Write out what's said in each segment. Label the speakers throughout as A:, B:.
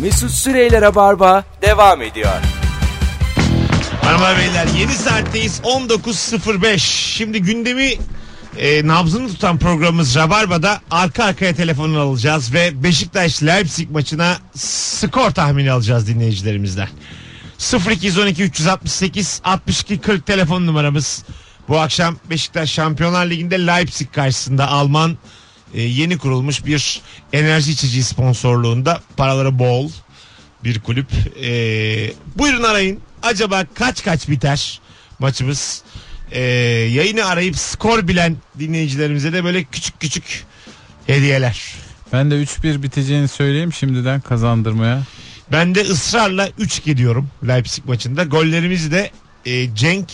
A: Mesut Süreyler'e barba devam ediyor.
B: Hanımlar beyler 7 saatteyiz 19.05. Şimdi gündemi e, nabzını tutan programımız Rabarba'da arka arkaya telefonunu alacağız ve Beşiktaş Leipzig maçına skor tahmini alacağız dinleyicilerimizden. 0212 368 62 40 telefon numaramız. Bu akşam Beşiktaş Şampiyonlar Ligi'nde Leipzig karşısında Alman e, yeni kurulmuş bir enerji içici sponsorluğunda paraları bol bir kulüp. Ee, buyurun arayın. Acaba kaç kaç biter maçımız? Ee, yayını arayıp skor bilen dinleyicilerimize de böyle küçük küçük hediyeler.
C: Ben de 3-1 biteceğini söyleyeyim şimdiden kazandırmaya.
B: Ben de ısrarla 3 gidiyorum Leipzig maçında. Gollerimizi de e, Cenk,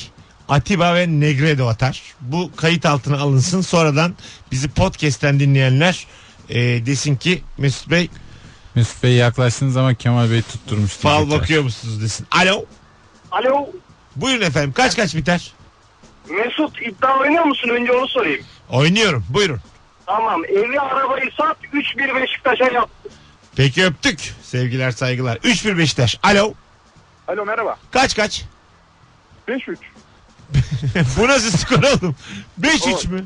B: Atiba ve Negredo atar. Bu kayıt altına alınsın. Sonradan bizi podcast'ten dinleyenler e, desin ki Mesut Bey
C: Mesut Bey yaklaştığınız zaman Kemal Bey tutturmuştu.
B: fal bakıyor musunuz desin. Alo.
D: Alo
B: Buyurun efendim. Kaç kaç biter?
D: Mesut iddia oynuyor musun? Önce onu sorayım.
B: Oynuyorum. Buyurun.
D: Tamam evi arabayı sat 3-1 Beşiktaş'a yap.
B: Peki öptük. Sevgiler saygılar. 3-1 Beşiktaş. Alo.
D: Alo merhaba.
B: Kaç kaç?
D: 5-3.
B: Bu nasıl skor oğlum? 5-3 mü?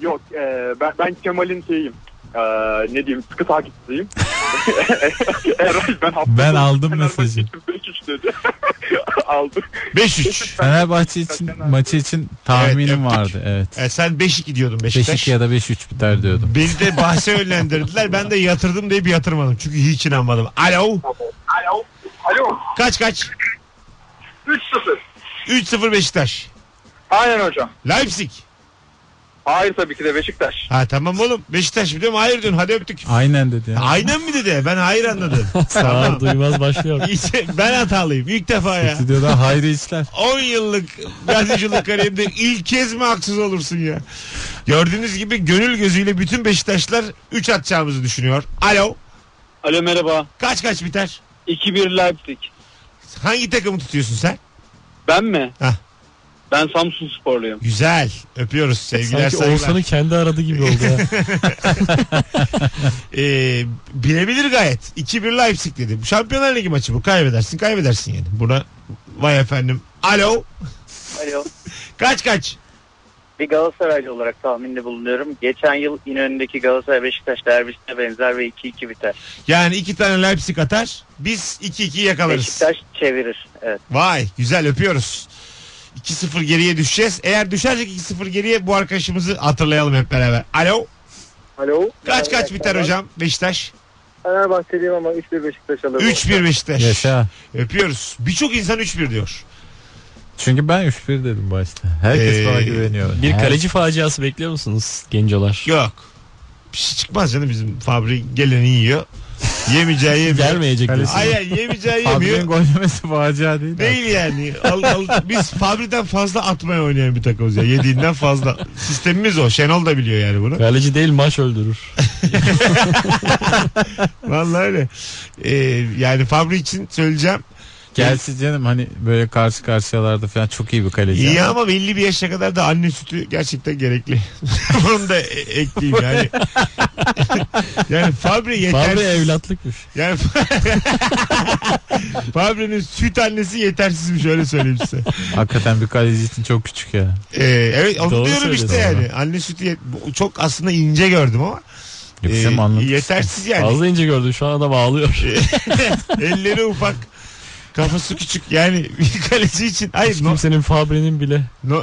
D: Yok e, ben, ben Kemal'in şeyiyim. E, ne diyeyim sıkı takipçisiyim. Eray ben hafta
C: Ben
D: sonu
C: aldım
D: Fenerbahçe
C: mesajı.
D: için 5-3 dedi. aldım.
B: 5-3.
C: Fenerbahçe için maçı için tahminim
B: Evet, öptük.
C: vardı evet.
B: E, sen 5-2 diyordun Beşiktaş.
C: 5-2 ya da 5-3 biter diyordum.
B: Beni de bahse yönlendirdiler. Ben de yatırdım diye bir yatırmadım. Çünkü hiç inanmadım. Alo.
D: Alo. Alo.
B: Kaç kaç?
D: 3-0.
B: 3-0 Beşiktaş.
D: Aynen hocam.
B: Leipzig.
D: Hayır tabii ki de Beşiktaş.
B: Ha tamam oğlum. Beşiktaş biliyorum. Hayır diyorsun. Hadi öptük.
C: Aynen dedi ya.
B: Aynen mi dedi? Ben hayır anladım.
E: Sağ duymaz başlıyor.
B: İşte ben hatalıyım. İlk defa ya.
C: Stüdyoda hayri işler.
B: 10 yıllık radyoculuk kariyerimde ilk kez mi haksız olursun ya? Gördüğünüz gibi gönül gözüyle bütün Beşiktaşlar 3 atacağımızı düşünüyor. Alo.
D: Alo merhaba.
B: Kaç kaç biter?
D: 2-1 Leipzig.
B: Hangi takımı tutuyorsun sen?
D: Ben mi?
B: Hah.
D: Ben Samsun Sporluyum.
B: Güzel. Öpüyoruz sevgiler
E: Sanki
B: saygılar.
E: Oğuzhan'ı kendi aradı gibi oldu. ya.
B: Ee, bilebilir gayet. 2-1 Leipzig dedi. Bu Şampiyonlar Ligi maçı bu. Kaybedersin kaybedersin yani. Buna vay efendim. Alo.
F: Alo.
B: Kaç kaç?
F: Bir Galatasaraylı olarak tahminde bulunuyorum. Geçen yıl İnönü'ndeki Galatasaray Beşiktaş derbisine benzer ve 2-2 biter.
B: Yani iki tane Leipzig atar. Biz 2-2 yakalarız.
F: Beşiktaş çevirir. Evet.
B: Vay güzel öpüyoruz. 2-0 geriye düşeceğiz. Eğer düşersek 2-0 geriye bu arkadaşımızı hatırlayalım hep beraber. Alo.
F: Alo.
B: Kaç kaç biter hocam Beşiktaş?
F: Fenerbahçeliyim ama 3-1 Beşiktaş alır.
B: 3-1 Beşiktaş.
C: Yaşa.
B: Öpüyoruz. Birçok insan 3-1 diyor.
C: Çünkü ben 3-1 dedim başta. Herkes
B: Ee,
C: bana güveniyor.
E: Bir
C: Her-
E: kaleci faciası bekliyor musunuz gencolar?
B: Yok. Bir şey çıkmaz canım bizim Fabri geleni yiyor. Yemeyeceği yemiyor.
E: Gelmeyecek.
C: Kaleci-
E: diyorsun.
B: Hayır yemeyeceği
C: Fabri'nin
B: yemiyor.
C: gol yemesi facia değil. mi?
B: Değil yani. Al, al- biz Fabri'den fazla atmaya oynayan bir takımız ya. Yediğinden fazla. Sistemimiz o. Şenol da biliyor yani bunu.
E: Kaleci değil maç öldürür.
B: Vallahi öyle. Ee, yani Fabri için söyleyeceğim.
C: Gerçi canım hani böyle karşı karşıyalarda falan çok iyi bir kaleci.
B: İyi ama belli bir yaşa kadar da anne sütü gerçekten gerekli. Bunu da e- ekleyeyim yani. yani Fabri yeter.
E: Fabri evlatlıkmış.
B: Yani Fabri'nin süt annesi yetersizmiş öyle söyleyeyim size.
C: Hakikaten bir kaleci için çok küçük ya.
B: Ee, evet onu
E: Doğru
B: diyorum işte
E: söylüyorsun
B: yani. Anne sütü yet- bu- çok aslında ince gördüm ama
C: Yoksa
B: e,
C: mı anlatayım?
B: yetersiz yani.
E: Fazla ince gördüm şu an adam ağlıyor.
B: Elleri ufak. Kafası küçük yani bir kaleci için. Hayır
E: Hiç
B: no-
E: kimsenin Fabri'nin bile.
B: No,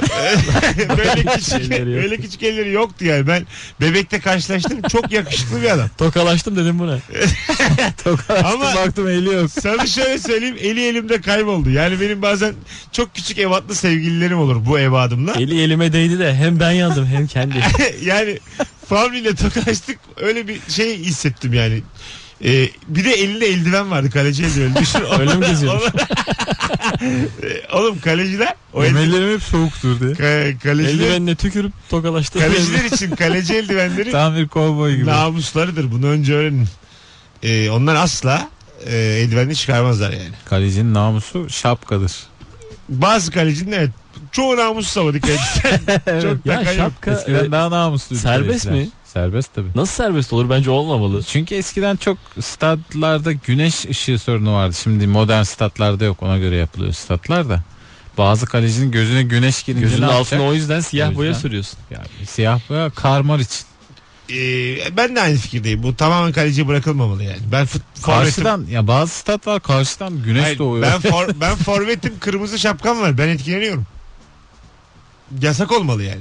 B: böyle küçük
E: Elleri yok.
B: böyle küçük elleri yoktu yani. Ben bebekte karşılaştım. Çok yakışıklı bir adam.
E: Tokalaştım dedim buna.
B: Ama
C: Baktım eli yok.
B: sana şöyle söyleyeyim eli elimde kayboldu. Yani benim bazen çok küçük evatlı sevgililerim olur bu evadımla.
E: Eli elime değdi de hem ben yandım hem kendi.
B: yani Fabri ile tokalaştık. Öyle bir şey hissettim yani. Ee, bir de elinde eldiven vardı kaleci eldiveni. Düşün,
E: Öyle mi geziyormuş?
B: Oğlum kaleciler o eldiven,
C: Emellerim hep soğuktur diye.
B: ka- kaleciler,
E: Eldivenle tükürüp tokalaştım.
B: kaleciler için kaleci eldivenleri
C: Tam bir kovboy gibi.
B: Namuslarıdır bunu önce öğrenin. Ee, onlar asla e, eldivenini çıkarmazlar yani.
C: Kalecinin namusu şapkadır.
B: Bazı kalecinin evet çoğu namussuz ama dikkat et. Çok da
E: Ya
B: kayıp.
E: şapka
C: Eskiden daha namusluydu.
E: e, Serbest
C: kaleciler.
E: mi?
C: Serbest tabii.
E: Nasıl serbest olur bence olmamalı.
C: Çünkü eskiden çok statlarda güneş ışığı sorunu vardı. Şimdi modern statlarda yok ona göre yapılıyor statlar da. Bazı kalecinin gözüne güneş girince
E: Gözünün
C: ne
E: altına
C: yapacak?
E: o yüzden
C: O
E: siyah
C: yüzden.
E: boya sürüyorsun.
C: Yani siyah boya karmar için.
B: Ee, ben de aynı fikirdeyim. Bu tamamen kaleci bırakılmamalı yani. Ben fut, forvetim.
C: Karşıdan ya bazı stat var karşıdan güneş
B: Hayır,
C: doğuyor.
B: ben, for, ben forvetim kırmızı şapkam var. Ben etkileniyorum. Yasak olmalı yani.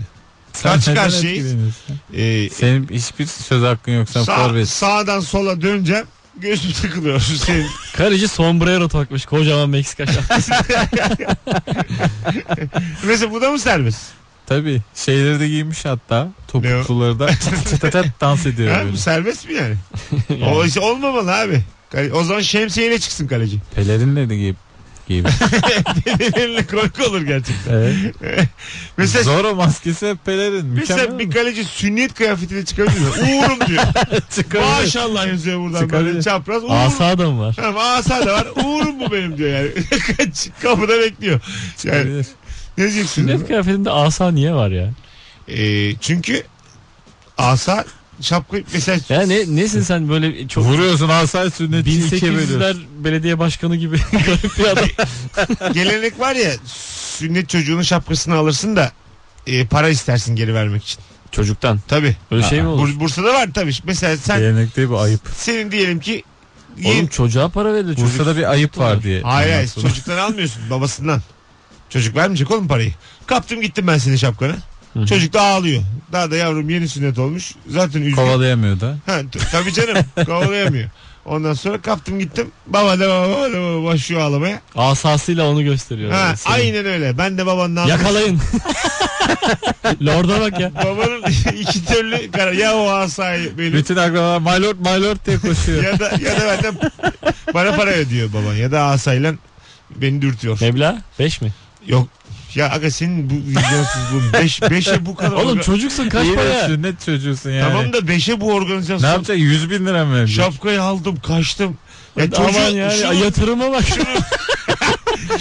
B: şey,
C: Sen
B: karşı
C: neden
B: karşıyayız.
C: etkileniyorsun?
B: Ee,
C: Senin hiçbir söz hakkın yok sen
B: sağ-
C: forvet.
B: sağdan sola döneceğim. Gözüm takılıyor. Senin
E: Karıcı sombrero takmış kocaman Meksika şapkası.
B: Mesela bu da mı serbest?
C: Tabii şeyleri de giymiş hatta topukluları da çatatat dans ediyor
B: Ha,
C: böyle.
B: bu serbest mi yani? O işte olmamalı abi. Kale- O zaman şemsiyeyle çıksın kaleci.
C: Pelerinle de giyip giymiş.
B: Ellerine korku olur gerçekten.
E: Evet.
B: Mesela
C: Zorro maskesi ve pelerin mükemmel.
B: Mesela bir kaleci sünnet kıyafetiyle çıkabilir mi? Uğurum diyor.
C: Çıkarıyor.
B: Maşallah yazıyor buradan böyle
C: Çıkarıyor.
B: çapraz. Uğurum. Asa.
E: Asa adam var.
B: asa da var. Uğurum bu benim diyor yani. Kapıda bekliyor. Yani
C: Çıkarıyor.
B: ne diyeceksin?
E: Sünnet kıyafetinde asa niye var ya?
B: Ee, çünkü asa şapka mesela
E: Ya ne, nesin sen böyle çok...
C: Vuruyorsun asay sünneti ikiye bölüyorsun.
E: 1800'ler belediye başkanı gibi garip bir adam.
B: gelenek var ya sünnet çocuğunun şapkasını alırsın da e, para istersin geri vermek için.
E: Çocuktan.
B: Tabii.
E: Öyle şey mi olur?
B: Bur- Bursa'da var tabii. Mesela sen
C: Gelenek değil bu ayıp.
B: senin diyelim ki
E: Oğlum çocuğa para verdi çocuk.
C: Bursa'da bir ayıp var diye.
B: Hayır hayır
C: Ondan sonra-
B: çocuktan almıyorsun babasından. Çocuk vermeyecek oğlum parayı. Kaptım gittim ben senin şapkanı. Çocuk da ağlıyor. Daha da yavrum yeni sünnet olmuş. Zaten üzgün.
C: Kovalayamıyor da.
B: Ha, t- tabii canım kovalayamıyor. Ondan sonra kaptım gittim. Baba da baba da baba başlıyor ağlamaya.
E: Asasıyla onu gösteriyor.
B: Ha,
E: Yani seni.
B: aynen öyle. Ben de babandan
E: Yakalayın. Lord'a bak ya.
B: Babanın iki türlü karar. Ya o asayı benim
C: Bütün akrabalar my lord my lord diye koşuyor.
B: ya da, ya da benden bana para ödüyor baban. Ya da asayla beni dürtüyor.
E: Meblağ 5 mi?
B: Yok. Ya aga senin bu vizyonsuzluğun 5 beş, beşe bu kadar.
E: Oğlum çocuksun kaç
C: İyi de
E: para?
C: sünnet çocuğusun yani.
B: Tamam da 5'e bu
C: Ne
B: organizasyon.
C: yapacak? 100 bin lira mı verecek?
B: Şapkayı aldım kaçtım. Ya
E: Aman
B: çocuğu-
E: yani
B: şunu,
E: yatırıma bak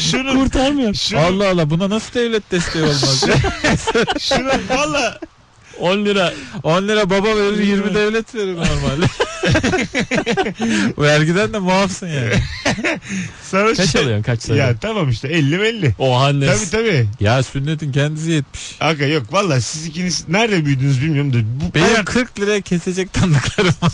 B: şunu,
E: kurtarmıyor.
B: şunu,
C: Allah Allah buna nasıl devlet desteği olmaz? ya?
B: şunu, valla
E: 10 lira.
C: 10 lira baba verir 20 devlet verir normalde. Vergiden de muafsın yani.
B: sana
E: Kaç
B: şey-
E: alıyorsun kaç lira?
B: Ya tamam işte 50 50.
E: Oha annesi.
B: Tabii tabii.
C: Ya sünnetin kendisi yetmiş.
B: Aga yok valla siz ikiniz nerede büyüdünüz bilmiyorum da bu
C: Benim
B: hayat-
C: 40 liraya kesecek tanıdıklarım var.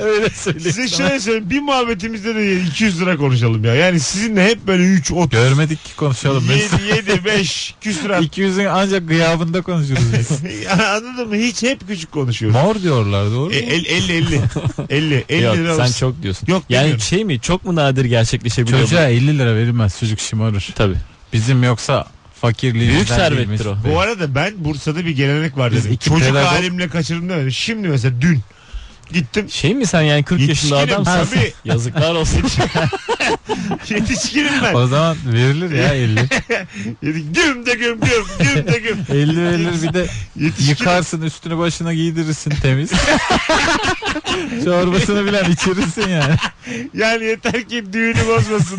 C: Öyle söyleyeyim.
B: size şöyle söyleyeyim bir muhabbetimizde de 200 lira konuşalım ya. Yani sizinle hep böyle 3 30
C: Görmedik ki konuşalım. biz.
B: 7 7 5 küsür
C: 200'ün ancak gıyabında konuşuruz biz.
B: Anladın mı? Hiç hep küçük konuşuyoruz.
C: Mor diyorlar doğru mu?
B: E, el- 50 50 50 50
E: Yok
B: lira
E: sen
B: olsun.
E: çok diyorsun.
B: Yok,
E: yani
B: bilmiyorum.
E: şey mi çok mu nadir gerçekleşebiliyor bu?
C: Çocuğa 50 lira verilmez çocuk şımarır.
E: Tabii.
C: Bizim yoksa fakirliğimizden
E: Büyük servettir
C: değilmiş.
E: o.
B: Bu arada ben Bursa'da bir gelenek var
C: Biz
B: dedim.
C: iki
B: Çocuk
C: pedagog-
B: halimle kaçırdım demedim. Şimdi mesela dün gittim
E: Şey mi sen yani 40 yaşında
B: Yetişkinim
E: adamsın.
B: tabii.
E: Yazıklar olsun.
B: yetişkinim ben.
C: O zaman verilir ya 50.
B: Dedik, Güm de güm güm güm de güm.
E: E,
C: 50 verilir bir de
B: Yetişkinim.
C: yıkarsın üstünü başına giydirirsin temiz. Çorbasını bilen içirirsin yani.
B: Yani yeter ki düğünü bozmasın.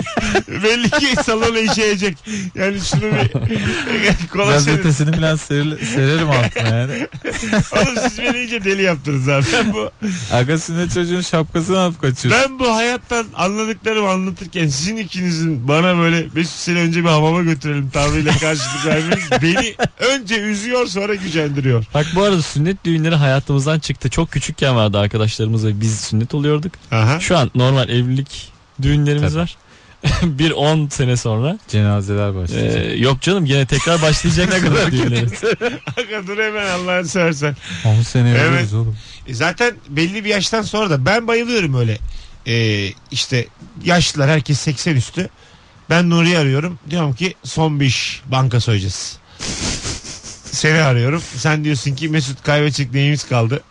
B: Belli ki salona işeyecek. Yani şunu bir kolay senin.
C: Gazetesini bilen seril- sererim altına yani.
B: Oğlum siz beni iyice deli yaptınız abi. Ben bu,
C: Agasını çocuğun şapkasını alıp kaçıyorsun.
B: ben bu hayattan anladıklarımı anlatırken sizin ikinizin bana böyle 500 sene önce bir hamama götürelim tavrıyla karşılık vermeniz beni önce üzüyor sonra gücendiriyor.
E: Bak bu arada sünnet düğünleri hayatımızdan çıktı. Çok küçükken vardı arkadaşlarımız ve biz sünnet oluyorduk.
B: Aha.
E: Şu an normal evlilik düğünlerimiz
C: Tabii.
E: var. bir 10 sene sonra.
C: Cenazeler başlayacak.
E: Ee, yok canım gene tekrar başlayacak ne kadar düğünleri.
B: Aga dur hemen Allah'ını seversen.
C: 10 sene
B: Evet.
C: ölürüz oğlum.
B: E Zaten belli bir yaştan sonra da ben bayılıyorum öyle. E, işte yaşlılar herkes 80 üstü. Ben Nuri'yi arıyorum. Diyorum ki son bir iş banka soyacağız. Seni arıyorum. Sen diyorsun ki Mesut kaybedecek neyimiz kaldı?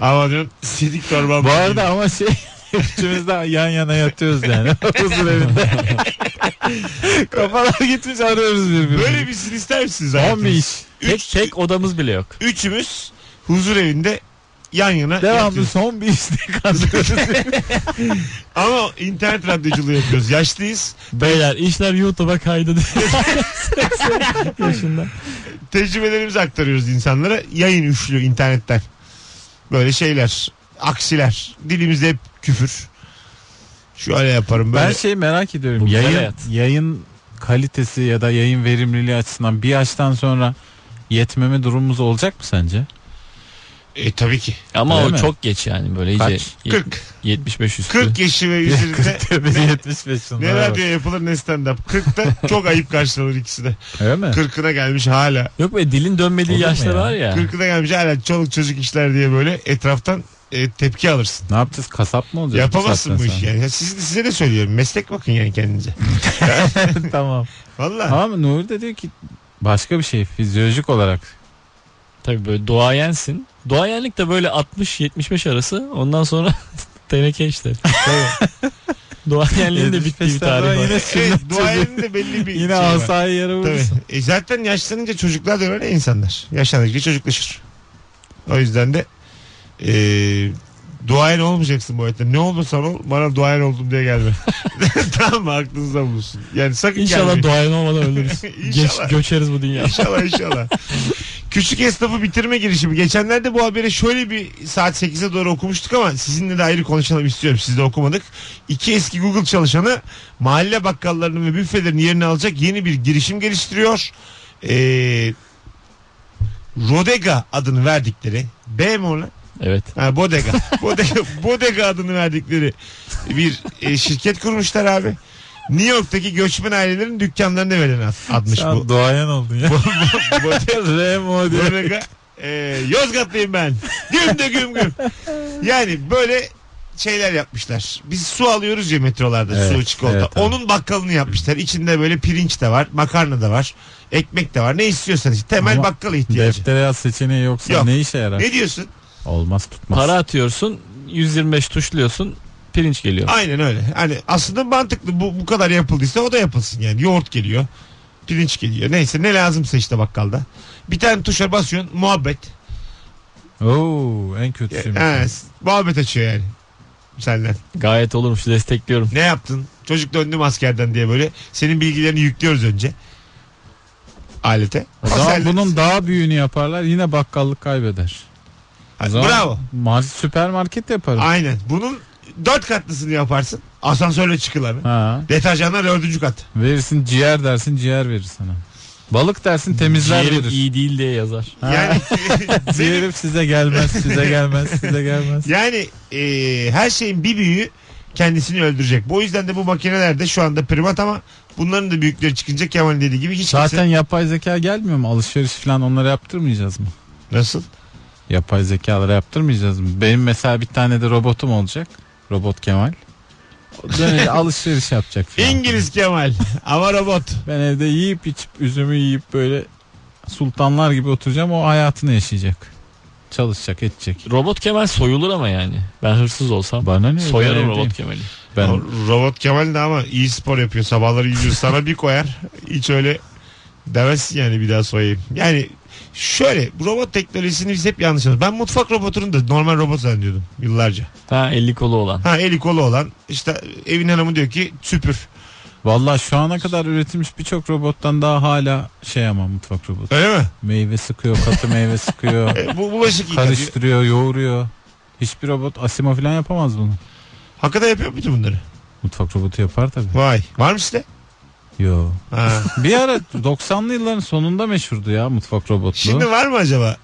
B: Ama diyorsun sidik torbam.
C: Bu
B: var."
C: arada ama şey üçümüz de yan yana yatıyoruz yani. Huzur evinde. Kafalar gitmiş arıyoruz birbirimizi.
B: böyle bir sizin ister misiniz?
C: Tam bir
B: hayatınızda?
C: iş.
E: tek
B: Üç,
E: tek odamız bile yok.
B: Üçümüz huzur evinde yan yana
C: Devamlı
B: yatıyoruz.
C: son bir işte kazıyoruz.
B: Ama internet radyoculuğu yapıyoruz. Yaşlıyız.
E: Beyler işler YouTube'a kaydı diye. 80 yaşında.
B: Tecrübelerimizi aktarıyoruz insanlara. Yayın üçlü internetten. böyle şeyler. Aksiler. Dilimizde hep küfür. Şöyle yaparım böyle.
C: Ben şey merak ediyorum.
E: Bu
C: yayın
E: hayat.
C: yayın kalitesi ya da yayın verimliliği açısından bir yaştan sonra yetmeme durumumuz olacak mı sence?
B: E, tabii ki.
E: Ama
C: Öyle
E: o
C: mi?
E: çok geç yani böyle iyice
C: Kaç?
E: yet-
B: 40.
E: 75 üstü.
B: 40 yaşı ve
C: şey
B: üzerinde
C: 75
B: ne radyo yapılır ne stand up. 40'ta çok ayıp karşılanır ikisi de.
C: Öyle mi?
B: 40'ına gelmiş hala.
E: Yok be dilin
C: Olur
E: dönmediği
C: mu
E: yaşlar
C: ya?
E: var ya.
B: 40'ına gelmiş hala çoluk çocuk işler diye böyle etraftan e, tepki alırsın.
C: Ne yapacağız? Kasap mı olacağız?
B: Yapamazsın bu
C: saatten
B: işi yani. Ya Siz, size de söylüyorum. Meslek bakın yani kendinize.
C: sonra? tamam.
B: Valla.
C: Ama Nuri de diyor ki başka bir şey fizyolojik olarak.
E: Tabii böyle doğayensin. Doğayenlik de böyle 60-75 arası. Ondan sonra teneke işte. Doğayenliğin de bittiği bir
C: 75'ten
E: tarih
C: sonra
E: var.
C: yine
B: Evet,
C: sünnet çocuğu.
B: duayenin de şey, belli bir
C: Yine
B: şey var.
C: asayı yere
B: Tabii.
C: vurursun.
B: E zaten yaşlanınca çocuklar da öyle insanlar. Yaşlanınca çocuklaşır. O yüzden de e, duayen olmayacaksın bu hayatta. Ne olursan ol bana duayen oldum diye gelme. tamam mı aklınızda bulunsun. Yani sakın
E: İnşallah
B: gelmeyin.
E: doğayen olmadan ölürüz. Geç,
B: İnşallah.
E: göçeriz bu dünya.
B: İnşallah inşallah. Küçük esnafı bitirme girişimi. Geçenlerde bu haberi şöyle bir saat 8'e doğru okumuştuk ama sizinle de ayrı konuşalım istiyorum. Siz de okumadık. İki eski Google çalışanı mahalle bakkallarının ve büfelerin yerini alacak yeni bir girişim geliştiriyor. Ee, Rodega adını verdikleri B mi o lan?
E: Evet.
B: Ha, bodega. bodega. Bodega adını verdikleri bir e, şirket kurmuşlar abi. New York'taki göçmen ailelerin dükkanlarına verilen ad- admış
C: Sen
B: bu.
C: doğayan oldun ya.
B: Bodega.
C: Remo diyor.
B: Bodega. Ee, Yozgatlıyım ben. Güm de güm güm. Yani böyle şeyler yapmışlar. Biz su alıyoruz ya metrolarda
C: Evet,
B: su çikolata.
C: evet, evet.
B: Onun bakkalını yapmışlar. İçinde böyle pirinç de var, makarna da var, ekmek de var. Ne istiyorsan işte. Temel
C: Ama
B: bakkala ihtiyacı.
C: Deftere yaz seçeneği yoksa
B: Yok.
C: ne işe yarar?
B: Ne diyorsun?
C: Olmaz tutmaz.
E: Para atıyorsun 125 tuşluyorsun pirinç geliyor.
B: Aynen öyle. Hani aslında mantıklı bu, bu kadar yapıldıysa o da yapılsın yani. Yoğurt geliyor. Pirinç geliyor. Neyse ne lazımsa işte bakkalda. Bir tane tuşa basıyorsun muhabbet.
C: Oo en kötüsüymüş.
B: He, muhabbet açıyor yani. Senden.
E: Gayet olurmuş destekliyorum.
B: Ne yaptın? Çocuk döndüm askerden diye böyle. Senin bilgilerini yüklüyoruz önce. Alete.
C: O zaman
B: Sen-
C: bunun daha büyüğünü yaparlar yine bakkallık kaybeder. O
B: Ha,
C: zaman
B: Bravo.
C: mar- süpermarket yaparım.
B: Aynen. Bunun dört katlısını yaparsın. Asansörle çıkılanı.
C: Ha.
B: Deterjanlar dördüncü kat.
C: Verirsin ciğer dersin ciğer verir sana. Balık dersin temizler
E: Ciğerim
C: verir.
E: iyi değil diye yazar.
C: Ha.
B: Yani
C: Ciğerim size gelmez size gelmez size gelmez.
B: Yani e, her şeyin bir büyüğü kendisini öldürecek. Bu yüzden de bu makineler de şu anda primat ama bunların da büyükleri çıkınca Kemal dediği gibi hiç kimse...
C: Zaten yapay zeka gelmiyor mu? Alışveriş falan onlara yaptırmayacağız mı?
B: Nasıl?
C: Yapay zekalara yaptırmayacağız mı? Benim mesela bir tane de robotum olacak. Robot Kemal. O dönüyor, alışveriş yapacak falan.
B: İngiliz Kemal ama robot.
C: Ben evde yiyip içip üzümü yiyip böyle sultanlar gibi oturacağım. O hayatını yaşayacak. Çalışacak edecek.
E: Robot Kemal soyulur ama yani. Ben hırsız olsam
C: Bana ne? Ben
E: soyarım
C: evdeyim.
E: Robot Kemal'i.
C: Ben
B: O Robot Kemal de ama iyi spor yapıyor. Sabahları yüzüyor. Sana bir koyar. Hiç öyle demezsin yani bir daha soyayım. Yani şöyle bu robot teknolojisini biz hep yanlış anlıyoruz. Ben mutfak robotunu da normal robot zannediyordum yıllarca.
E: Ha 50 kolu olan.
B: Ha eli kolu olan işte evin hanımı diyor ki süpür.
C: Valla şu ana kadar üretilmiş birçok robottan daha hala şey ama mutfak robotu.
B: Öyle mi?
C: Meyve sıkıyor, katı meyve sıkıyor,
B: E, bu bulaşık yıkıyor.
C: karıştırıyor, yoğuruyor. Hiçbir robot asima falan yapamaz bunu.
B: Hakikaten yapıyor muydu bunları?
C: Mutfak robotu yapar tabii.
B: Vay. Var mı işte?
C: Yo.
B: Ha.
C: Bir ara 90'lı yılların sonunda meşhurdu ya mutfak robotluğu.
B: Şimdi
C: Şimdi,
B: var mı acaba?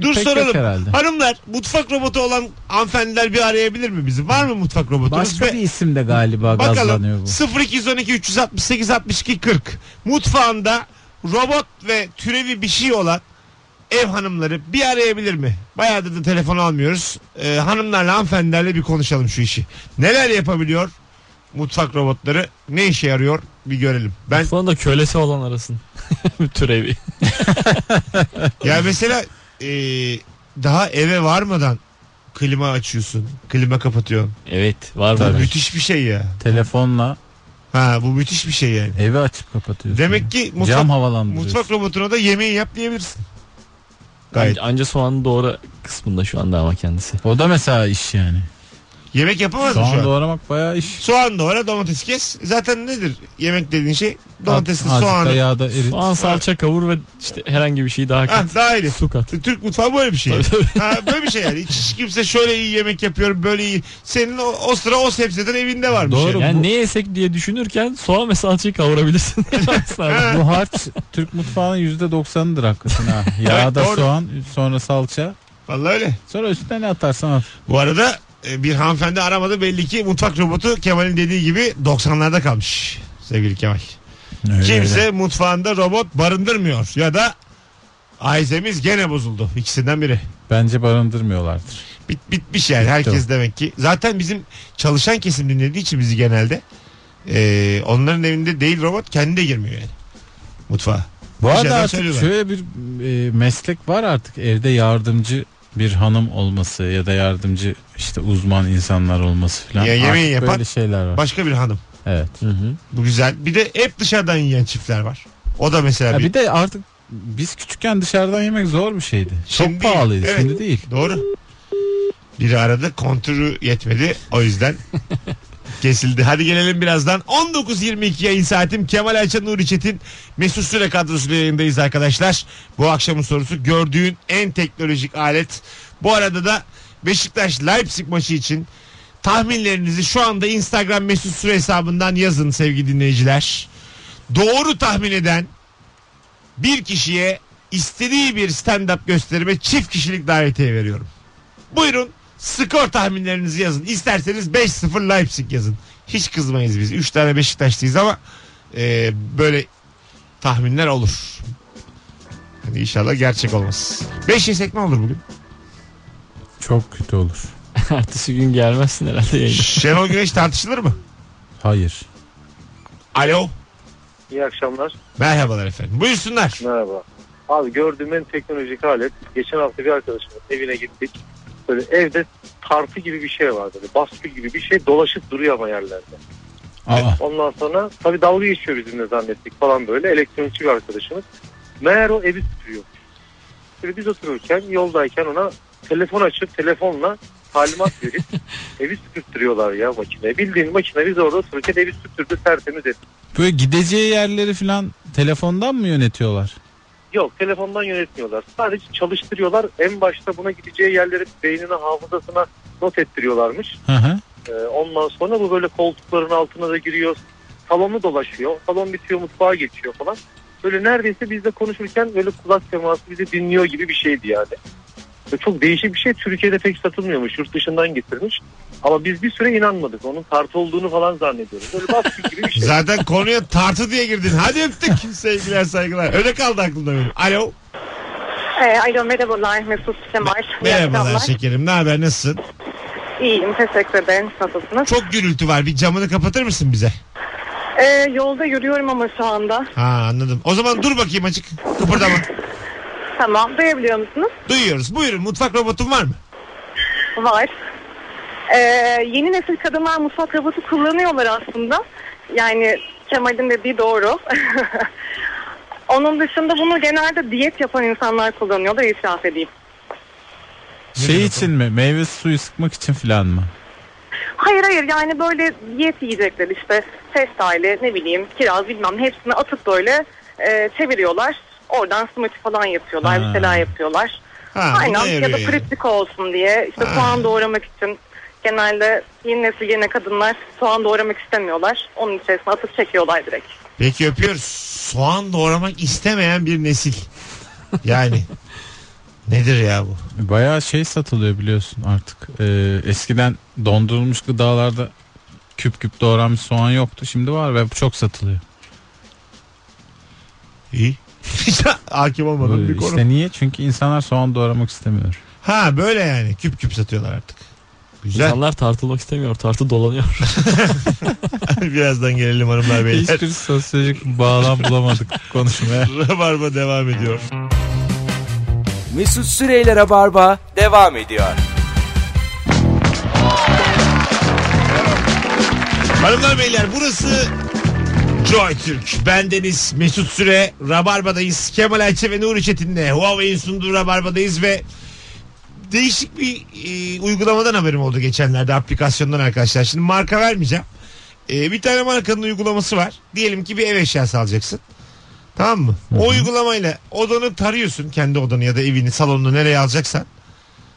B: Dur
C: pek
B: soralım.
C: yok herhalde.
B: Hanımlar mutfak robotu olan hanımefendiler bir arayabilir mi bizi? Var mı mutfak robotu?
C: Başka bir isim de galiba gazlanıyor
B: Bakalım
C: bu.
B: 0212 368 62 40 mutfağında robot ve türevi bir şey olan ev hanımları bir arayabilir mi? Bayağıdır da telefon almıyoruz. Ee, hanımlarla hanımefendilerle bir konuşalım şu işi. Neler yapabiliyor mutfak robotları? Ne işe yarıyor? Bir görelim. Ben
E: Mutfağın da kölesi olan arasın. Türevi.
B: ya mesela e, daha eve varmadan klima açıyorsun. Klima kapatıyorsun.
E: Evet var
B: Bu
E: var.
B: müthiş bir şey ya.
C: Telefonla
B: Ha bu müthiş bir şey yani.
C: evi açıp kapatıyorsun.
B: Demek ki mutfak,
C: Cam havalandırıyorsun.
B: mutfak robotuna da yemeği yap diyebilirsin. Gayet
E: Anca, anca soğanın doğru kısmında şu anda ama kendisi.
C: O da mesela iş yani.
B: Yemek yapamaz mı şu
C: Soğan
B: an?
C: doğramak bayağı iş.
B: Soğan doğra domates kes. Zaten nedir yemek dediğin şey? Domatesli
C: Azıcık da
B: soğanı.
C: yağda erit.
E: Soğan salça kavur ve işte herhangi bir şey daha
B: Ha,
E: kat.
B: daha iyi.
E: Su kat.
B: Türk mutfağı böyle bir Ah, şey.
E: Tabii, tabii.
B: ha, böyle bir şey yani. Hiç, hiç kimse şöyle iyi yemek yapıyor böyle iyi. Senin o, o sıra o sebzeden evinde varmış.
C: Doğru.
B: Yani.
E: Yani
C: Bu-
E: ne yesek diye düşünürken soğan ve salçayı kavurabilirsin. Aslında.
C: Bu harç Türk mutfağının %90'ıdır hakikaten ha. Yağda
B: doğru.
C: soğan, sonra salça.
B: Vallahi öyle.
C: Sonra üstüne ne atarsan at.
B: Bu arada e, bir hanımefendi aramadı belli ki mutfak robotu Kemal'in dediği gibi 90'larda kalmış sevgili Kemal. Kimse mutfağında robot barındırmıyor ya da Ayzemiz gene bozuldu ikisinden biri.
C: Bence barındırmıyorlardır.
B: Bit, bitmiş yani herkes demek ki. Zaten bizim çalışan kesim dinlediği için bizi genelde e, onların evinde değil robot kendi de girmiyor yani mutfağa.
C: Bu
B: Dışarıdan
C: arada artık
B: söylüyorlar.
C: şöyle bir e, meslek var artık evde yardımcı bir hanım olması ya da yardımcı işte uzman insanlar olması falan.
B: Ya yemeği
C: Artık
B: yapan-
C: böyle şeyler var.
B: Başka bir hanım.
C: evet.
B: Bu güzel. Bir de hep dışarıdan yiyen çiftler var. O da mesela
C: Ya
B: bir...
C: bir de artık biz küçükken dışarıdan yemek zor bir şeydi.
B: Şimdi
C: Çok pahalıydı.
B: değil.
C: Şimdi değil.
B: Doğru. Biri aradı kontürü yetmedi o yüzden kesildi. Hadi gelelim birazdan. 19.22 yayın saatim Kemal Ayça Nuri Çetin Mesut Süre kadrosuyla yayındayız arkadaşlar. Bu akşamın sorusu gördüğün en teknolojik alet. Bu arada da Beşiktaş Leipzig maçı için tahminlerinizi şu anda Instagram Mesut Süre hesabından yazın sevgili dinleyiciler. Doğru tahmin eden bir kişiye istediği bir stand-up gösterime çift kişilik davetiye veriyorum. Buyurun skor tahminlerinizi yazın. İsterseniz 5-0 Leipzig yazın. Hiç kızmayız biz. 3 tane Beşiktaşlıyız ama e, böyle tahminler olur. Hani inşallah gerçek olmaz. 5 yesek ne olur bugün?
C: Çok kötü olur.
E: Ertesi gün gelmezsin herhalde yayına.
B: Şenol Güneş tartışılır mı?
C: Hayır.
B: Alo.
G: İyi akşamlar.
B: Merhabalar efendim. Buyursunlar.
G: Merhaba. Abi gördüğüm en teknolojik alet. Geçen hafta bir arkadaşımın evine gittik. Böyle evde tartı gibi bir şey var. Böyle baskı gibi bir şey dolaşıp duruyor ama yerlerde.
C: Aa,
G: Ondan sonra tabii dalga geçiyor bizimle zannettik falan böyle. Elektronikçi bir arkadaşımız. Meğer o evi süpürüyor. Böyle biz otururken yoldayken ona telefon açıp telefonla talimat verip evi süpürttürüyorlar ya makine. Bildiğin makine biz orada otururken evi süpürdü tertemiz etti.
C: böyle gideceği yerleri falan telefondan mı yönetiyorlar?
G: Yok telefondan yönetmiyorlar. Sadece çalıştırıyorlar. En başta buna gideceği yerleri beynine hafızasına not ettiriyorlarmış.
C: Hı hı.
G: Ee, ondan sonra bu böyle koltukların altına da giriyor. Salonu dolaşıyor. Salon bitiyor mutfağa geçiyor falan. Böyle neredeyse biz de konuşurken böyle kulak teması bizi dinliyor gibi bir şeydi yani. Böyle çok değişik bir şey. Türkiye'de pek satılmıyormuş. Yurt dışından getirmiş. Ama biz bir süre inanmadık. Onun tartı olduğunu falan zannediyoruz. Böyle basket gibi bir şey.
B: Zaten konuya tartı diye girdin. Hadi öptük. Sevgiler saygılar. Öyle kaldı aklımda benim. Alo.
H: E, alo merhabalar Mesut Kemal. İyi
B: Merhabalar
H: akşamlar.
B: şekerim. Ne haber? Nasılsın?
H: İyiyim teşekkür ederim. Nasılsınız?
B: Çok gürültü var. Bir camını kapatır mısın bize?
H: E, yolda yürüyorum ama şu anda.
B: Ha anladım. O zaman dur bakayım açık. Kıpırdama.
H: Tamam duyabiliyor musunuz?
B: Duyuyoruz. Buyurun mutfak robotun var mı?
H: Var. E, yeni nesil kadınlar mutfak robotu kullanıyorlar aslında. Yani Kemal'in dediği doğru. Onun dışında bunu genelde diyet yapan insanlar kullanıyorlar itiraf edeyim.
C: Şey için mi? Meyve suyu sıkmak için falan mı?
H: Hayır hayır yani böyle diyet yiyecekler işte festivali ne bileyim kiraz bilmem hepsini atıp böyle e, çeviriyorlar. Oradan smoothie falan yapıyorlar
C: Ha.
H: bir şeyler yapıyorlar.
B: Ha, o da
H: Aynen ya da
B: yarıyor yani.
H: pratik olsun diye işte
B: Ha.
H: soğan doğramak için genelde yeni nesil yeni kadınlar soğan doğramak istemiyorlar. Onun içerisine atıp çekiyorlar direkt.
B: Peki öpüyoruz. Soğan doğramak istemeyen bir nesil. Yani. Nedir ya bu?
C: Bayağı şey satılıyor biliyorsun artık. Ee, eskiden dondurulmuş gıdalarda küp küp doğranmış soğan yoktu. Şimdi var ve çok satılıyor.
B: İyi. Hiç hakim olmadım
C: Ee,
B: bir konu.
C: İşte niye? Çünkü insanlar soğan doğramak istemiyor.
B: Ha böyle yani. Küp küp satıyorlar artık. Güzel.
E: İnsanlar tartılmak istemiyor. Tartı dolanıyor.
B: Birazdan gelelim hanımlar beyler.
C: Hiçbir sosyolojik bağlam bulamadık konuşmaya.
B: Rabarba devam ediyor.
A: Mesut Süreyler'e barba devam ediyor.
B: Hanımlar beyler burası Joy Türk. Ben Deniz Mesut Süre. Rabarba'dayız. Kemal Ayça ve Nuri Çetin'le Huawei'in sunduğu Rabarba'dayız ve değişik bir e, uygulamadan haberim oldu geçenlerde aplikasyondan arkadaşlar. Şimdi marka vermeyeceğim. E, bir tane markanın uygulaması var. Diyelim ki bir ev eşyası alacaksın. Tamam mı? O uygulamayla odanı tarıyorsun kendi odanı ya da evini salonunu nereye alacaksan.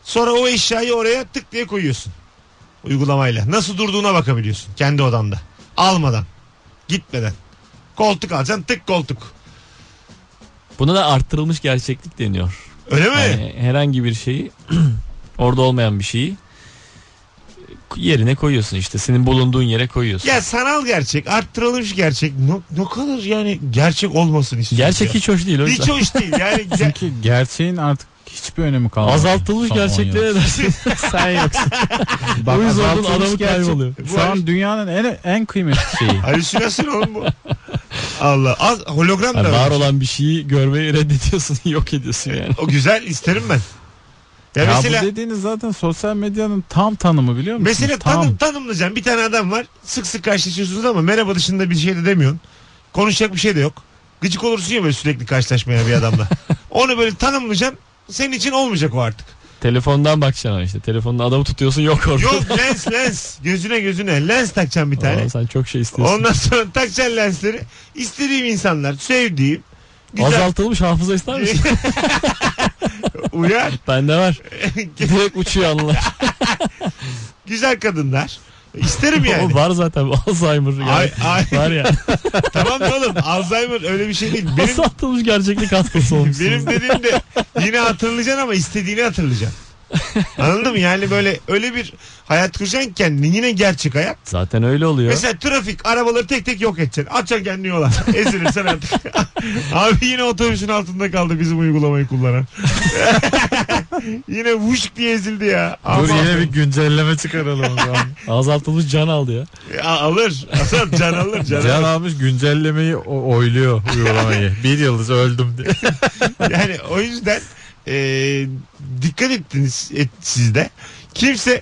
B: Sonra o eşyayı oraya tık diye koyuyorsun. Uygulamayla. Nasıl durduğuna bakabiliyorsun kendi odanda. Almadan. Gitmeden. Koltuk alacaksın tık koltuk.
E: Buna da arttırılmış gerçeklik deniyor.
B: Öyle mi?
E: Yani herhangi bir şeyi orada olmayan bir şeyi yerine koyuyorsun işte. Senin bulunduğun yere koyuyorsun.
B: Ya sanal gerçek, arttırılmış gerçek. Ne, ne kadar yani gerçek olmasın istiyorsun.
E: Gerçek
B: ya.
E: hiç hoş değil. o yüzden.
B: hiç hoş değil. Yani ge-
C: Çünkü gerçeğin artık hiçbir önemi kalmadı.
E: Azaltılmış
C: Son on yıl.
E: gerçekliğe dersin. Sen yoksun.
C: Bak,
E: o yüzden
C: azaltılmış
E: adamı
C: gerçek-
E: kayboluyor.
B: Bu
C: Şu an dünyanın en en kıymetli şeyi.
B: halüsinasyon oğlum bu. Allah. Az, hologram da
E: Yani
B: var.
E: var olan bir şeyi görmeyi reddediyorsun, yok ediyorsun yani.
B: O güzel isterim ben. Ya,
C: Ya
B: mesela
C: bu dediğiniz zaten sosyal medyanın tam tanımı biliyor musunuz?
B: mesela
C: tam.
B: tanım, tanımlayacağım. Bir tane adam var. Sık sık karşılaşıyorsunuz ama merhaba dışında bir şey de demiyorsun. Konuşacak bir şey de yok. Gıcık olursun ya böyle sürekli karşılaşmaya bir adamla. Onu böyle tanımlayacaksın. Senin için olmayacak o artık.
E: Telefondan bakacaksın ama işte. Telefonda adamı tutuyorsun yok orada.
B: Yok lens lens. Gözüne gözüne. Lens takacaksın bir
E: Aa,
B: tane.
E: sen çok şey istiyorsun.
B: Ondan sonra takacaksın lensleri. İstediğim insanlar, sevdiğim, güzel,
E: Azaltılmış hafıza ister misin?
B: uyar,
E: Bende var. Direkt uçuyor anılar.
B: güzel kadınlar. İsterim
E: O
B: yani.
E: var zaten bu Alzheimer. Yani.
B: Ay, ay.
E: Var ya.
B: tamam da oğlum Alzheimer öyle bir şey değil. Benim,
E: Azaltılmış gerçeklik hastası olmuşsun.
B: benim dediğim de yine hatırlayacaksın ama istediğini hatırlayacaksın. Anladın mı? Yani böyle öyle bir hayat kuracaksın ki kendini yine gerçek hayat.
E: Zaten öyle oluyor.
B: Mesela trafik arabaları tek tek yok edeceksin. Atacaksın kendini yola. Ezilirsen artık. Abi yine otobüsün altında kaldı bizim uygulamayı kullanan. yine vuş diye ezildi ya.
C: Dur
B: Aman.
C: yine bir güncelleme çıkaralım o zaman.
E: Azaltılmış can aldı ya.
B: Ya alır. Hasan can alır. Can,
C: Can
B: alır.
C: almış güncellemeyi o- oyluyor uygulamayı. bir yıldız öldüm diye.
B: Yani o yüzden e, dikkat ettiniz et, sizde. Kimse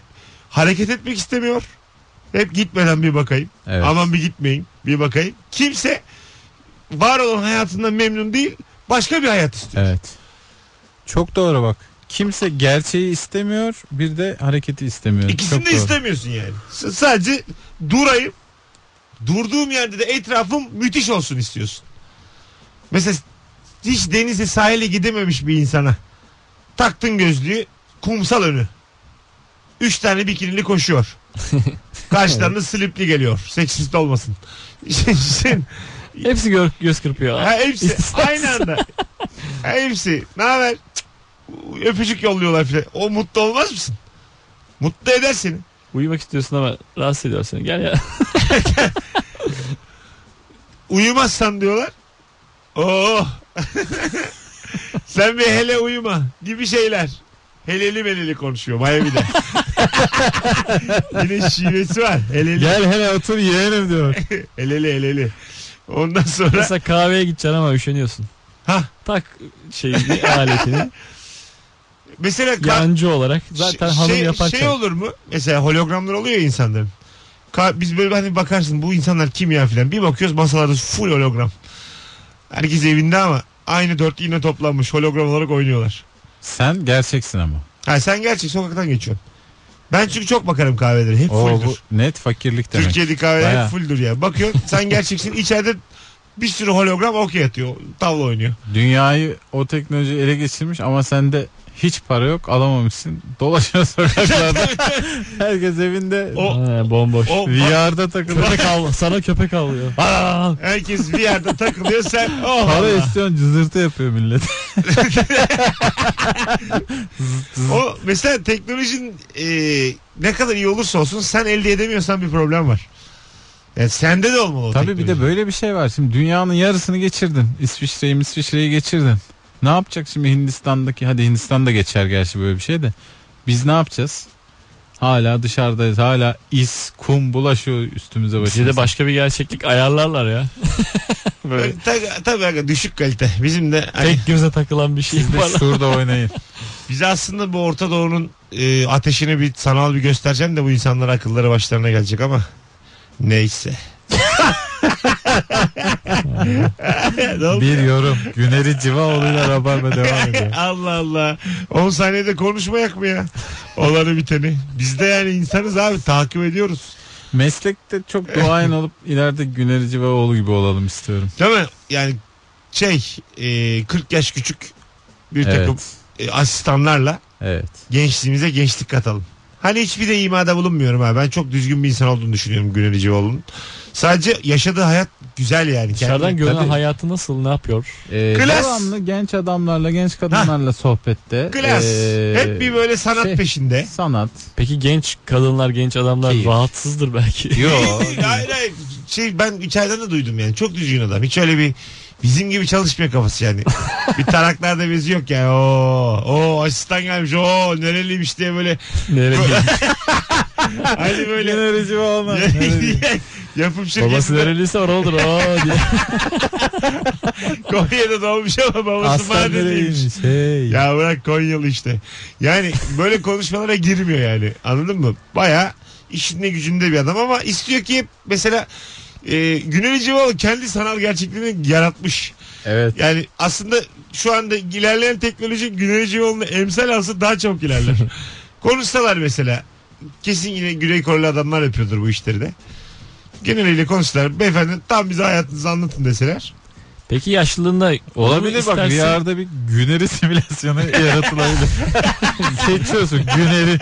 B: hareket etmek istemiyor. Hep gitmeden bir bakayım.
C: Evet.
B: Aman bir gitmeyin. Bir bakayım. Kimse var olan hayatından memnun değil. Başka bir hayat istiyor.
C: Evet. Çok doğru bak. Kimse gerçeği istemiyor bir de hareketi istemiyor.
B: İkisini
C: Çok
B: de
C: doğru.
B: istemiyorsun yani. S- sadece durayım. Durduğum yerde de etrafım müthiş olsun istiyorsun. Mesela hiç denize sahile gidememiş bir insana taktın gözlüğü kumsal önü. Üç tane bikinili koşuyor. Karşıdan da slipli geliyor. Seksist olmasın. Şimdi-
E: Hepsi gö- göz kırpıyor.
B: ha, hepsi
E: İstisnasız.
B: aynı anda. Ha, hepsi. Ne haber? Cık, Öpücük yolluyorlar filan. O mutlu olmaz mısın? Mutlu eder seni.
E: Uyumak istiyorsun ama rahatsız ediyor seni. Gel ya.
B: uyumazsan diyorlar. Oo. Sen bir hele uyuma gibi şeyler. Heleli meleli konuşuyor Miami'de. Yine şivesi var. Heleli
C: Gel hele otur yeğenim diyor.
B: heleli heleli. Ondan sonra
E: Mesela kahveye gideceksin ama üşeniyorsun.
B: Hah.
E: Tak şeyini aletini.
B: mesela ka-
E: yancı olarak zaten
B: ş-
E: hanım
B: şey,
E: yapar.
B: şey olur mu? Mesela hologramlar oluyor ya insanların. Ka- biz böyle hani bakarsın bu insanlar kim ya filan. Bir bakıyoruz masalarda full hologram. Herkes evinde ama aynı dört yine toplanmış hologram olarak oynuyorlar.
C: Sen gerçeksin ama.
B: Ha sen gerçek sokaktan geçiyorsun. Ben çünkü çok bakarım kahvelere. Hep
C: O
B: fulldür.
C: net fakirlik demek.
B: Türkiye'de kahveler
C: Baya.
B: hep fulldür ya. Bakıyorsun sen gerçeksin içeride bir sürü hologram okey atıyor. Tavla oynuyor.
C: Dünyayı o teknoloji ele geçirmiş ama sende hiç para yok alamamışsın. Dolaşıyorsun sokaklarda. Herkes evinde
B: O-
E: Ha, bomboş.
B: O
C: VR'da takılıyor.
E: Köpek avla- sana köpek avlıyor.
B: Aa, herkes bir yerde takılıyor sen oh,
C: Para
B: Allah.
C: istiyorsun cızırtı yapıyor millet.
B: O mesela teknolojinin e, ne kadar iyi olursa olsun sen elde edemiyorsan bir problem var. Yani sende de olmalı o
C: Tabii bir de
B: teknoloji.
C: böyle bir şey var. Şimdi dünyanın yarısını geçirdin. İsviçre'yi İsviçre'yi geçirdin. Ne yapacak şimdi Hindistan'daki hadi Hindistan'da geçer gerçi böyle bir şey de. Biz ne yapacağız? Hala dışarıdayız. Hala is, kum bulaşıyor üstümüze
E: Bize
C: başımıza.
E: de başka bir gerçeklik ayarlarlar ya. Böyle
B: Ta- Tabii aga, düşük kalite. Bizim de hani-
E: tek göze takılan bir şey
C: Siz de
E: falan.
C: şurada oynayın.
B: Biz aslında bu Orta Doğu'nun e, ateşini bir sanal bir göstereceğim de bu insanlar akılları başlarına gelecek ama neyse. Ne oldu?
C: Bir yorum. Güneri Civaoğlu'yla Rabarba devam ediyor.
B: Allah Allah. 10 saniyede konuşmayak mı ya? Olanı biteni. Biz de yani insanız abi takip ediyoruz.
C: Meslekte çok duayen olup ileride Güneri Civaoğlu gibi olalım istiyorum.
B: Değil mi? Yani şey e, 40 yaş küçük bir takım
C: Evet.
B: e, asistanlarla
C: Evet.
B: gençliğimize gençlik katalım. Hani hiçbir de imada bulunmuyorum abi. Ben çok düzgün bir insan olduğunu düşünüyorum Güner İceoğlu'nun. Sadece yaşadığı hayat güzel yani.
E: Dışarıdan
B: Kendini-
E: görünen
C: tabii.
E: hayatı nasıl ne yapıyor?
C: Ee,
B: Klas.
C: devamlı genç adamlarla, genç kadınlarla sohbette.
B: Klas.
C: ee,
B: Hep bir böyle sanat
C: şey-
B: peşinde.
C: Sanat.
E: Peki genç kadınlar, genç adamlar
C: Keyif.
E: rahatsızdır belki.
C: Yo.
B: Değil, hayır hayır. Şey ben içeriden de duydum yani. Çok düzgün adam. Hiç öyle bir bizim gibi çalışmıyor kafası yani. bir taraklarda bezi yok yani. Oo, o asistan gelmiş. Oo nereliymiş diye böyle.
E: Nereli?
B: Hani böyle.
C: Güneri Civaoğlu.
B: Yapım
E: Babası
B: şirketinde
E: nereliyse oralıdır. Oo diye.
B: Konya'da doğmuş ama babası
C: Aslan
B: Mardinliymiş.
C: nereymiş? Hey.
B: Ya bırak Konyalı işte. Yani böyle konuşmalara girmiyor yani. Anladın mı? Baya işinde gücünde bir adam ama istiyor ki hep mesela e, Güneri Civalı kendi sanal gerçekliğini yaratmış.
C: Evet.
B: Yani aslında şu anda ilerleyen teknoloji Güneri Civalı'nı emsal alsa daha çabuk ilerler. Konuşsalar mesela kesin yine Güney Koreli adamlar yapıyordur bu işleri de. Geneliyle konuşsalar. Beyefendi tam bize hayatınızı anlatın deseler.
E: Peki yaşlılığında
C: Olabilir bak
E: istersin-
C: VR'da bir güneri simülasyonu yaratılabilir. Seçiyorsun güneri.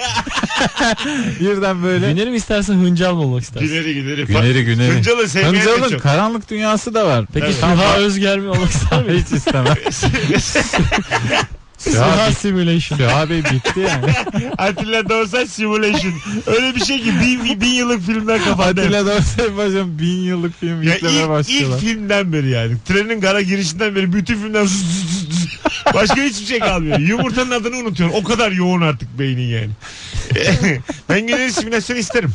C: Birden böyle.
E: Günerim istersen hıncal mı olmak istersin?
B: Güneri Güneri.
C: Güneri güneri.
B: Hıncalı sevmeyen de
C: Hıncalın
B: çok.
C: karanlık dünyası da var.
E: Peki
B: Evet.
E: Süha Özger mi olmak ister miydin?
C: Hiç istemem.
E: Süha Simulation.
C: Süha Bey bitti yani.
B: Atilla Dorsay Simulation. Öyle bir şey ki bin, bin yıllık filmler kafanda.
C: Atilla Dorsay Paşa'm bin yıllık film
B: Ya
C: yüklemeye
B: ilk, ilk
C: başlıyorlar.
B: filmden beri yani. Trenin gara girişinden beri bütün filmden zzz zzz zzz. başka hiçbir şey kalmıyor. Yumurtanın adını unutuyorum. O kadar yoğun artık beynin yani. ben genel simülasyon isterim.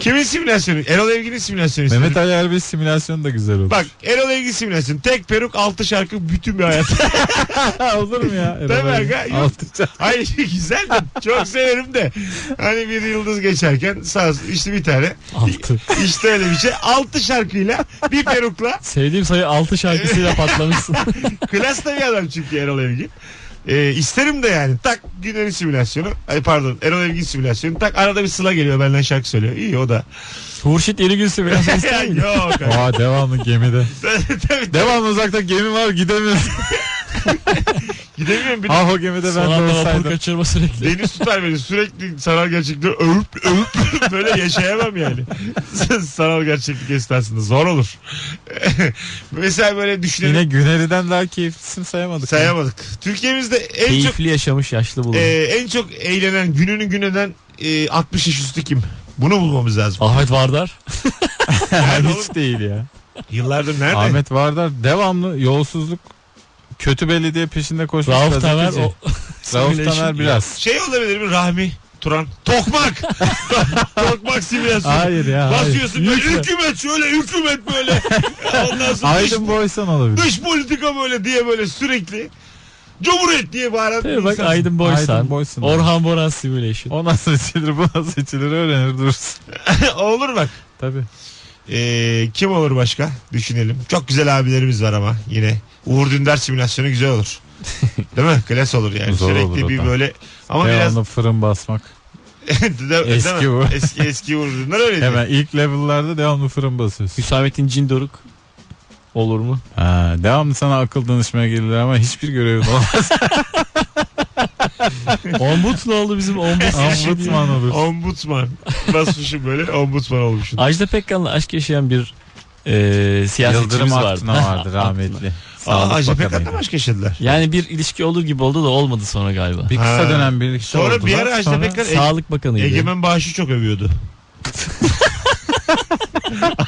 B: Kimin simülasyonu? Erol Evgin'in simülasyonu isterim.
C: Mehmet Ali Erbil simülasyonu da güzel olur.
B: Bak Erol Evgin simülasyonu. Tek peruk altı şarkı bütün bir hayat.
C: olur mu ya?
B: Değil mi aga? Yok.
C: Altı çarpı.
B: Hayır güzel de çok severim de. Hani bir yıldız geçerken sağ işte bir tane.
E: Altı.
B: İşte öyle bir şey. Altı şarkıyla bir perukla.
E: Sevdiğim sayı 6 şarkısıyla patlamışsın.
B: Klasta bir adam çünkü Erol Evgin. Ee, isterim de yani tak Güner'in simülasyonu ay pardon Erol Evgin simülasyonu tak arada bir sıla geliyor benden şarkı söylüyor iyi o da
E: Hurşit yeni gün simülasyonu ister miydin?
B: yok
C: Aa devamlı gemide.
B: tabii, tabii,
C: devamlı uzakta gemi var gidemiyorsun.
B: gidemiyorum bir de
C: ah o gemide ben
E: Son
C: de
E: anda vapur
C: olsaydım.
E: kaçırma sürekli.
B: deniz tutar beni sürekli sanal gerçeklikleri övüp övüp böyle yaşayamam yani sanal gerçeklik esnasında zor olur mesela böyle düşünelim
C: Yine Güneri'den daha keyiflisini sayamadık.
B: sayamadık Türkiye'mizde en çok
E: Keyifli yaşamış yaşlı bulun.
C: Ee,
B: e, en çok eğlenen gününü gün eden e, 60 yaş üstü kim bunu bulmamız lazım
C: Ah,
E: Ahmet Vardar.
B: Nerede oğlum?
C: Hiç değil ya.
B: Yıllardır nerede?
C: Ahmet Vardar devamlı yolsuzluk kötü belediye peşinde koşmuş
E: Rauf
C: gazeteci.
E: Tamer. O...
C: Rauf
E: Simulation.
C: Tamer biraz.
B: Şey olabilir mi Rahmi? Turan. Tokmak. Tokmak simülasyonu.
C: Hayır ya. Hayır.
B: Basıyorsun böyle hükümet şöyle hükümet böyle. Ondan sonra dış,
C: Aydın Boysan olabilir.
B: dış politika böyle diye böyle sürekli. Cumhuriyet diye bağıran bir
E: Tabii bak
B: insan.
E: Aydın
C: Aydın
E: Boysan.
C: Boysan.
E: Orhan Boran Simulation.
C: O nasıl seçilir bu nasıl seçilir öğrenir durursun.
B: olur bak.
C: Tabii.
B: Ee, kim olur başka? Düşünelim. Çok güzel abilerimiz var ama yine. Uğur Dündar simülasyonu güzel olur. Değil mi? Klas olur yani.
C: Zor
B: sürekli
C: olur o
B: bir
C: da.
B: böyle. Ama
C: devamlı
B: biraz
C: fırın basmak.
B: Değil mi?
C: Eski bu.
B: Eski, eski Uğur Dündar öyleydi.
C: Hemen ilk level'larda devamlı fırın basıyorsun.
E: Hüsamettin Cindoruk. Olur mu?
C: Ha, devamlı sana akıl danışmaya gelirler ama hiçbir görevin olmaz.
E: Ombut ne oldu bizim ombut?
B: şey
C: Ombudsman olur.
B: Ombudsman. Basmışım böyle ombudsman olmuşum.
E: Ajda Pekkan'la aşk yaşayan bir e,
C: Yıldırım
E: siyasetçimiz vardı.
C: Aktun'a vardı rahmetli.
B: Aa,
C: Sağlık
B: Ajda
C: Bakanı.
B: Pekkan'la başka yaşadılar.
E: Yani bir ilişki olur gibi oldu da olmadı sonra galiba.
C: Bir
B: Ha.
C: kısa dönem birlikte
B: Sonra bir
C: oldular.
B: ara Ajda
C: Sonra-
B: Pekkan Ege-
E: Sağlık Bakanı'ydı.
B: Egemen Bağış'ı çok övüyordu.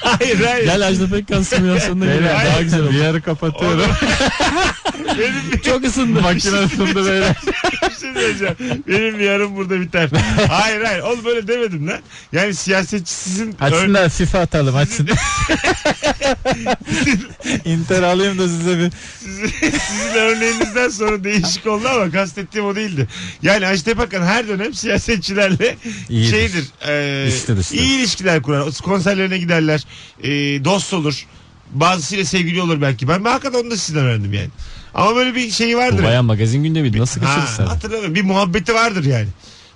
B: hayır hayır.
E: Gel Ajda Pekkan simülasyonuna gel.
C: Beyler,
E: Daha güzel olur.
C: Bir yarı kapatıyorum.
B: Benim bir
E: Çok ısındı.
C: Makinasında böyle.
B: bir şey diyeceğim. Benim yarım burada biter. Hayır hayır. Oğlum böyle demedim lan. Yani siyasetçi sizin
C: Açsın da FIFA atalım açsın. Inter alayım da size bir.
B: Sizin örneğinizden sonra değişik oldu ama kastettiğim o değildi. Yani Hacı Bakan her dönem siyasetçilerle
C: İyidir.
B: şeydir. e,
C: İşte dışlı.
B: iyi ilişkiler kurar. Konserlerine giderler. E, dost olur. Bazısıyla sevgili olur belki. Ben, ben hakikaten onu da sizden öğrendim yani. Ama böyle bir şey
E: Bu
B: vardır.
E: bayağı magazin gündemiydi. Nasıl
B: Ha,
E: kaçırdı sen?
B: hatırlamıyorum. Bir muhabbeti vardır yani.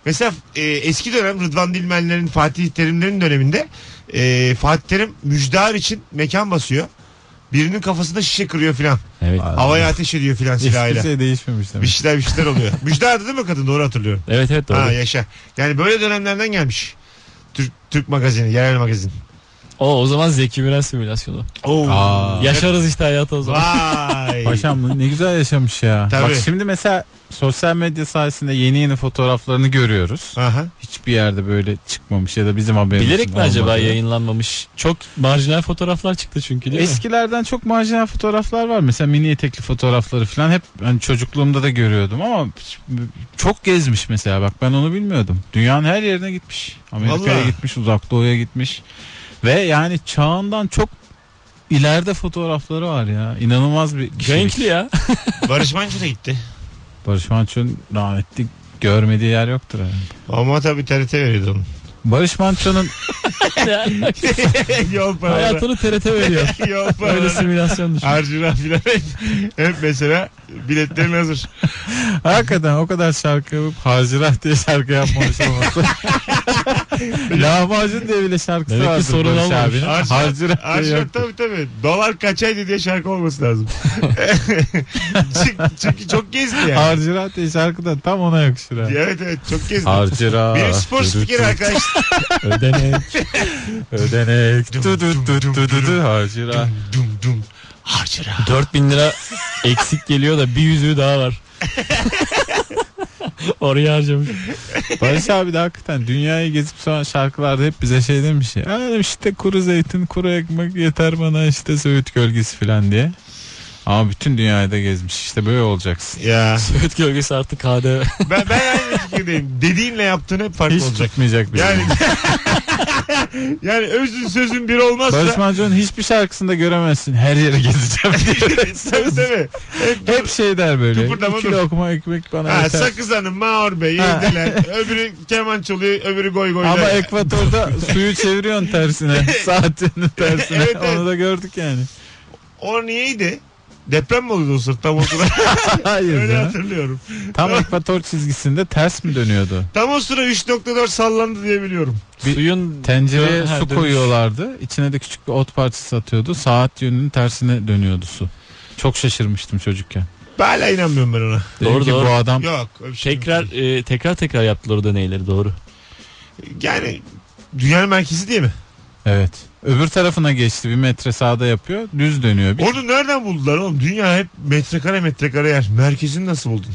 B: Mesela e, eski dönem Rıdvan Dilmenlerin, Fatih Terimlerin döneminde e, Fatih Terim müjdar için mekan basıyor. Birinin kafasında şişe kırıyor filan.
E: Evet.
B: Havaya ateş ediyor filan silahıyla.
C: Hiçbir şey değişmemiş
B: Bir
C: demek.
B: şeyler bir şeyler oluyor. Müjdardı değil mi kadın doğru hatırlıyorum.
E: Evet evet doğru.
B: Ha yaşa. Yani böyle dönemlerden gelmiş. Türk, Türk magazini, yerel magazin.
E: O o zaman Zeki Müren simülasyonu.
B: Oo.
C: Aa.
E: Yaşarız işte hayatı o zaman.
B: Vay.
C: Paşam ne güzel yaşamış ya.
B: şey- Tabii.
C: Bak şimdi mesela sosyal medya sayesinde yeni yeni fotoğraflarını görüyoruz.
B: Aha.
C: Hiçbir yerde böyle çıkmamış ya da bizim haberimiz
E: Bilerek mi acaba
C: olmadı.
E: yayınlanmamış? Çok marjinal fotoğraflar çıktı çünkü değil mi?
C: Eskilerden çok marjinal fotoğraflar var. Mesela mini etekli fotoğrafları falan hep hani çocukluğumda da görüyordum ama çok gezmiş mesela bak ben onu bilmiyordum. Dünyanın her yerine gitmiş. Amerika'ya
B: Vallahi.
C: gitmiş, uzak doğuya gitmiş. Ve yani çağından çok ileride fotoğrafları var ya. İnanılmaz bir kişilik.
E: Renkli ya.
B: Barış Manço da gitti.
C: Barış Manço'nun rahmetli görmediği yer yoktur herhalde.
B: Ama tabii TRT veriyordu onu.
C: Barış Manço'nun
B: Yol paraları.
E: Hayatını TRT veriyor.
B: Yol
E: Öyle
B: paraları.
E: simülasyon düşün.
B: Harcına filan hep, hep mesela biletlerin hazır.
C: hakikaten o kadar şarkı yapıp Hazirah diye şarkı yapmamış olması. Lahmacun diye bile şarkısı
E: Demek ki
C: vardır
E: sorun
C: Barış
E: olmamış.
C: abinin.
B: Harcına,
C: Harcırah diye
B: harcına
C: yok.
B: tabii tabii. Dolar kaçaydı diye şarkı olması lazım. çünkü, çünkü çok gezdi yani.
C: Harcırah diye şarkı da tam ona yakışır ha.
B: Evet evet çok gezdi.
C: Harcırah.
B: Benim spor spikeri arkadaş.
C: Ödenek. Ödenek.
B: Dum,
C: Du du du du du du. Harcırah.
B: dum dum. Harcıra.
E: 4000 lira eksik geliyor da bir yüzüğü daha var. Oraya harcamış.
C: Barış abi de hakikaten dünyayı gezip sonra şarkılarda hep bize şey demiş ya. "Aa," demiş, işte kuru zeytin, kuru ekmek yeter bana işte Söğüt gölgesi falan diye. Ama bütün dünyayı da gezmiş işte böyle olacaksın.
B: Ya
E: Söğüt gölgesi artık KDV.
B: ben, ben aynı fikirdeyim. Dediğinle yaptığın hep farklı
C: Hiç
B: olacak.
C: tutmayacak bir
B: Yani
C: şey.
B: yani özün sözün bir olmazsa
C: Barış Manço'nun hiçbir şarkısında göremezsin. Her yere gezeceğim diye.
B: tabii tabii. Hep,
C: Hep şey der böyle.
B: Kıpırdama
C: İki
B: dur."
C: lokma ekmek bana
B: ha,
C: yeter.
B: Sakız Hanım, Maor Bey,
C: Ha.
B: Yengeler. öbürü keman çalıyor, öbürü goy goy.
C: Ama
B: der.
C: ekvatorda suyu çeviriyorsun tersine. Saatinin tersine.
B: Evet, evet.
C: Onu da gördük yani.
B: O niyeydi? Deprem mi oluyordu o sırf tam o sıra?
C: Hayır
B: Öyle
C: ya.
B: hatırlıyorum.
C: Tam ekvator çizgisinde ters mi dönüyordu?
B: Tam o sıra 3.4 sallandı diye biliyorum.
C: Bir
E: Suyun
C: Tencereye
E: Dön- ha,
C: su
E: dönüş.
C: koyuyorlardı. İçine de küçük bir ot parçası atıyordu. Saat yönünün tersine dönüyordu su. Çok şaşırmıştım çocukken.
B: Ben hala inanmıyorum ben ona.
C: Dedim
E: Doğru,
C: ki
E: doğru.
C: bu adam
B: Yok. öyle bir şey yok.
E: tekrar e, tekrar tekrar yaptılar o deneyleri doğru.
B: Yani dünyanın merkezi diye mi?
C: evet. Öbür tarafına geçti. Bir metre sağda yapıyor. Düz dönüyor. Bir
B: Onu nereden buldular oğlum? Dünya hep metrekare metrekare yer. Merkezini nasıl buldun?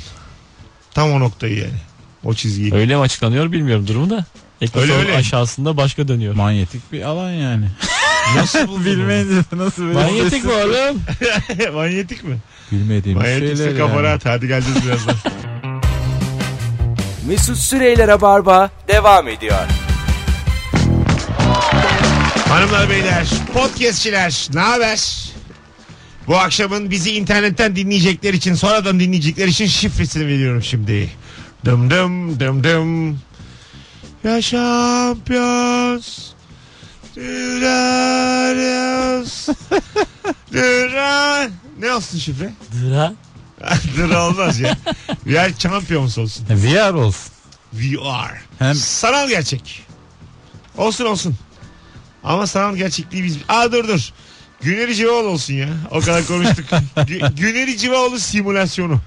B: Tam o noktayı yani. O çizgiyi.
E: Öyle mi açıklanıyor bilmiyorum durumu da. Ekvatorun
B: Öyle, öyle.
E: aşağısında başka dönüyor.
C: manyetik bir alan yani.
B: Nasıl buldun?
C: Bilmeyince nasıl böyle
E: Manyetik mi oğlum?
B: onu? Manyetik mi?
C: Bilmediğim
B: Manyetikse
C: şeyler
B: kafana
C: yani.
B: at. Hadi geleceğiz birazdan.
A: Mesut Süreyler'e barba devam ediyor.
B: Hanımlar beyler, podcastçiler ne haber? Bu akşamın bizi internetten dinleyecekler için, sonradan dinleyecekler için şifresini veriyorum şimdi. Dım dım dım dım. Ya şampiyon. Dürarız. Dürar. Ne olsun şifre?
E: Dur ha.
B: Dır olmaz ya. We are champions olsun.
C: VR E, olsun.
B: We are.
C: Hem
B: Sanal gerçek. Olsun olsun. Ama sanal gerçekliği biz... Aa dur dur. Güneri Civaoğlu olsun ya. O kadar konuştuk. Gü- Güneri Civaoğlu simülasyonu.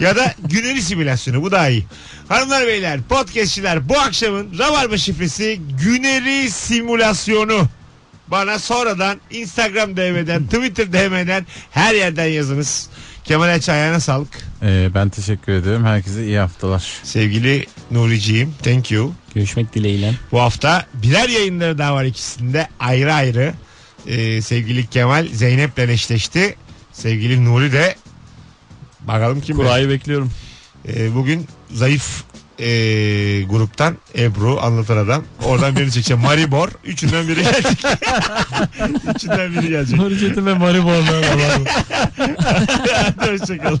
B: Ya da Güneri simülasyonu. Bu daha iyi. Hanımlar beyler podcastçiler bu akşamın Rabarba şifresi Güneri simülasyonu. Bana sonradan Instagram DM'den, Twitter DM'den her yerden yazınız. Kemal Ayça ayağına sağlık.
C: e, ben teşekkür ediyorum. Herkese iyi haftalar.
B: Sevgili Nuri'ciğim. Thank you.
E: Görüşmek dileğiyle.
B: Bu hafta birer yayınları daha var ikisinde ayrı ayrı. Ee, sevgili Kemal Zeynep'le eşleşti. Sevgili Nuri de Bakalım kim
E: Kurayı bekliyorum.
B: Ee, bugün zayıf ee, gruptan Ebru anlatan adam. Oradan birini çekeceğim. Maribor. Üçünden biri gelecek. Üçünden biri gelecek.
E: Nurcet'in ve Maribor'la.
B: Hadi hoşçakalın.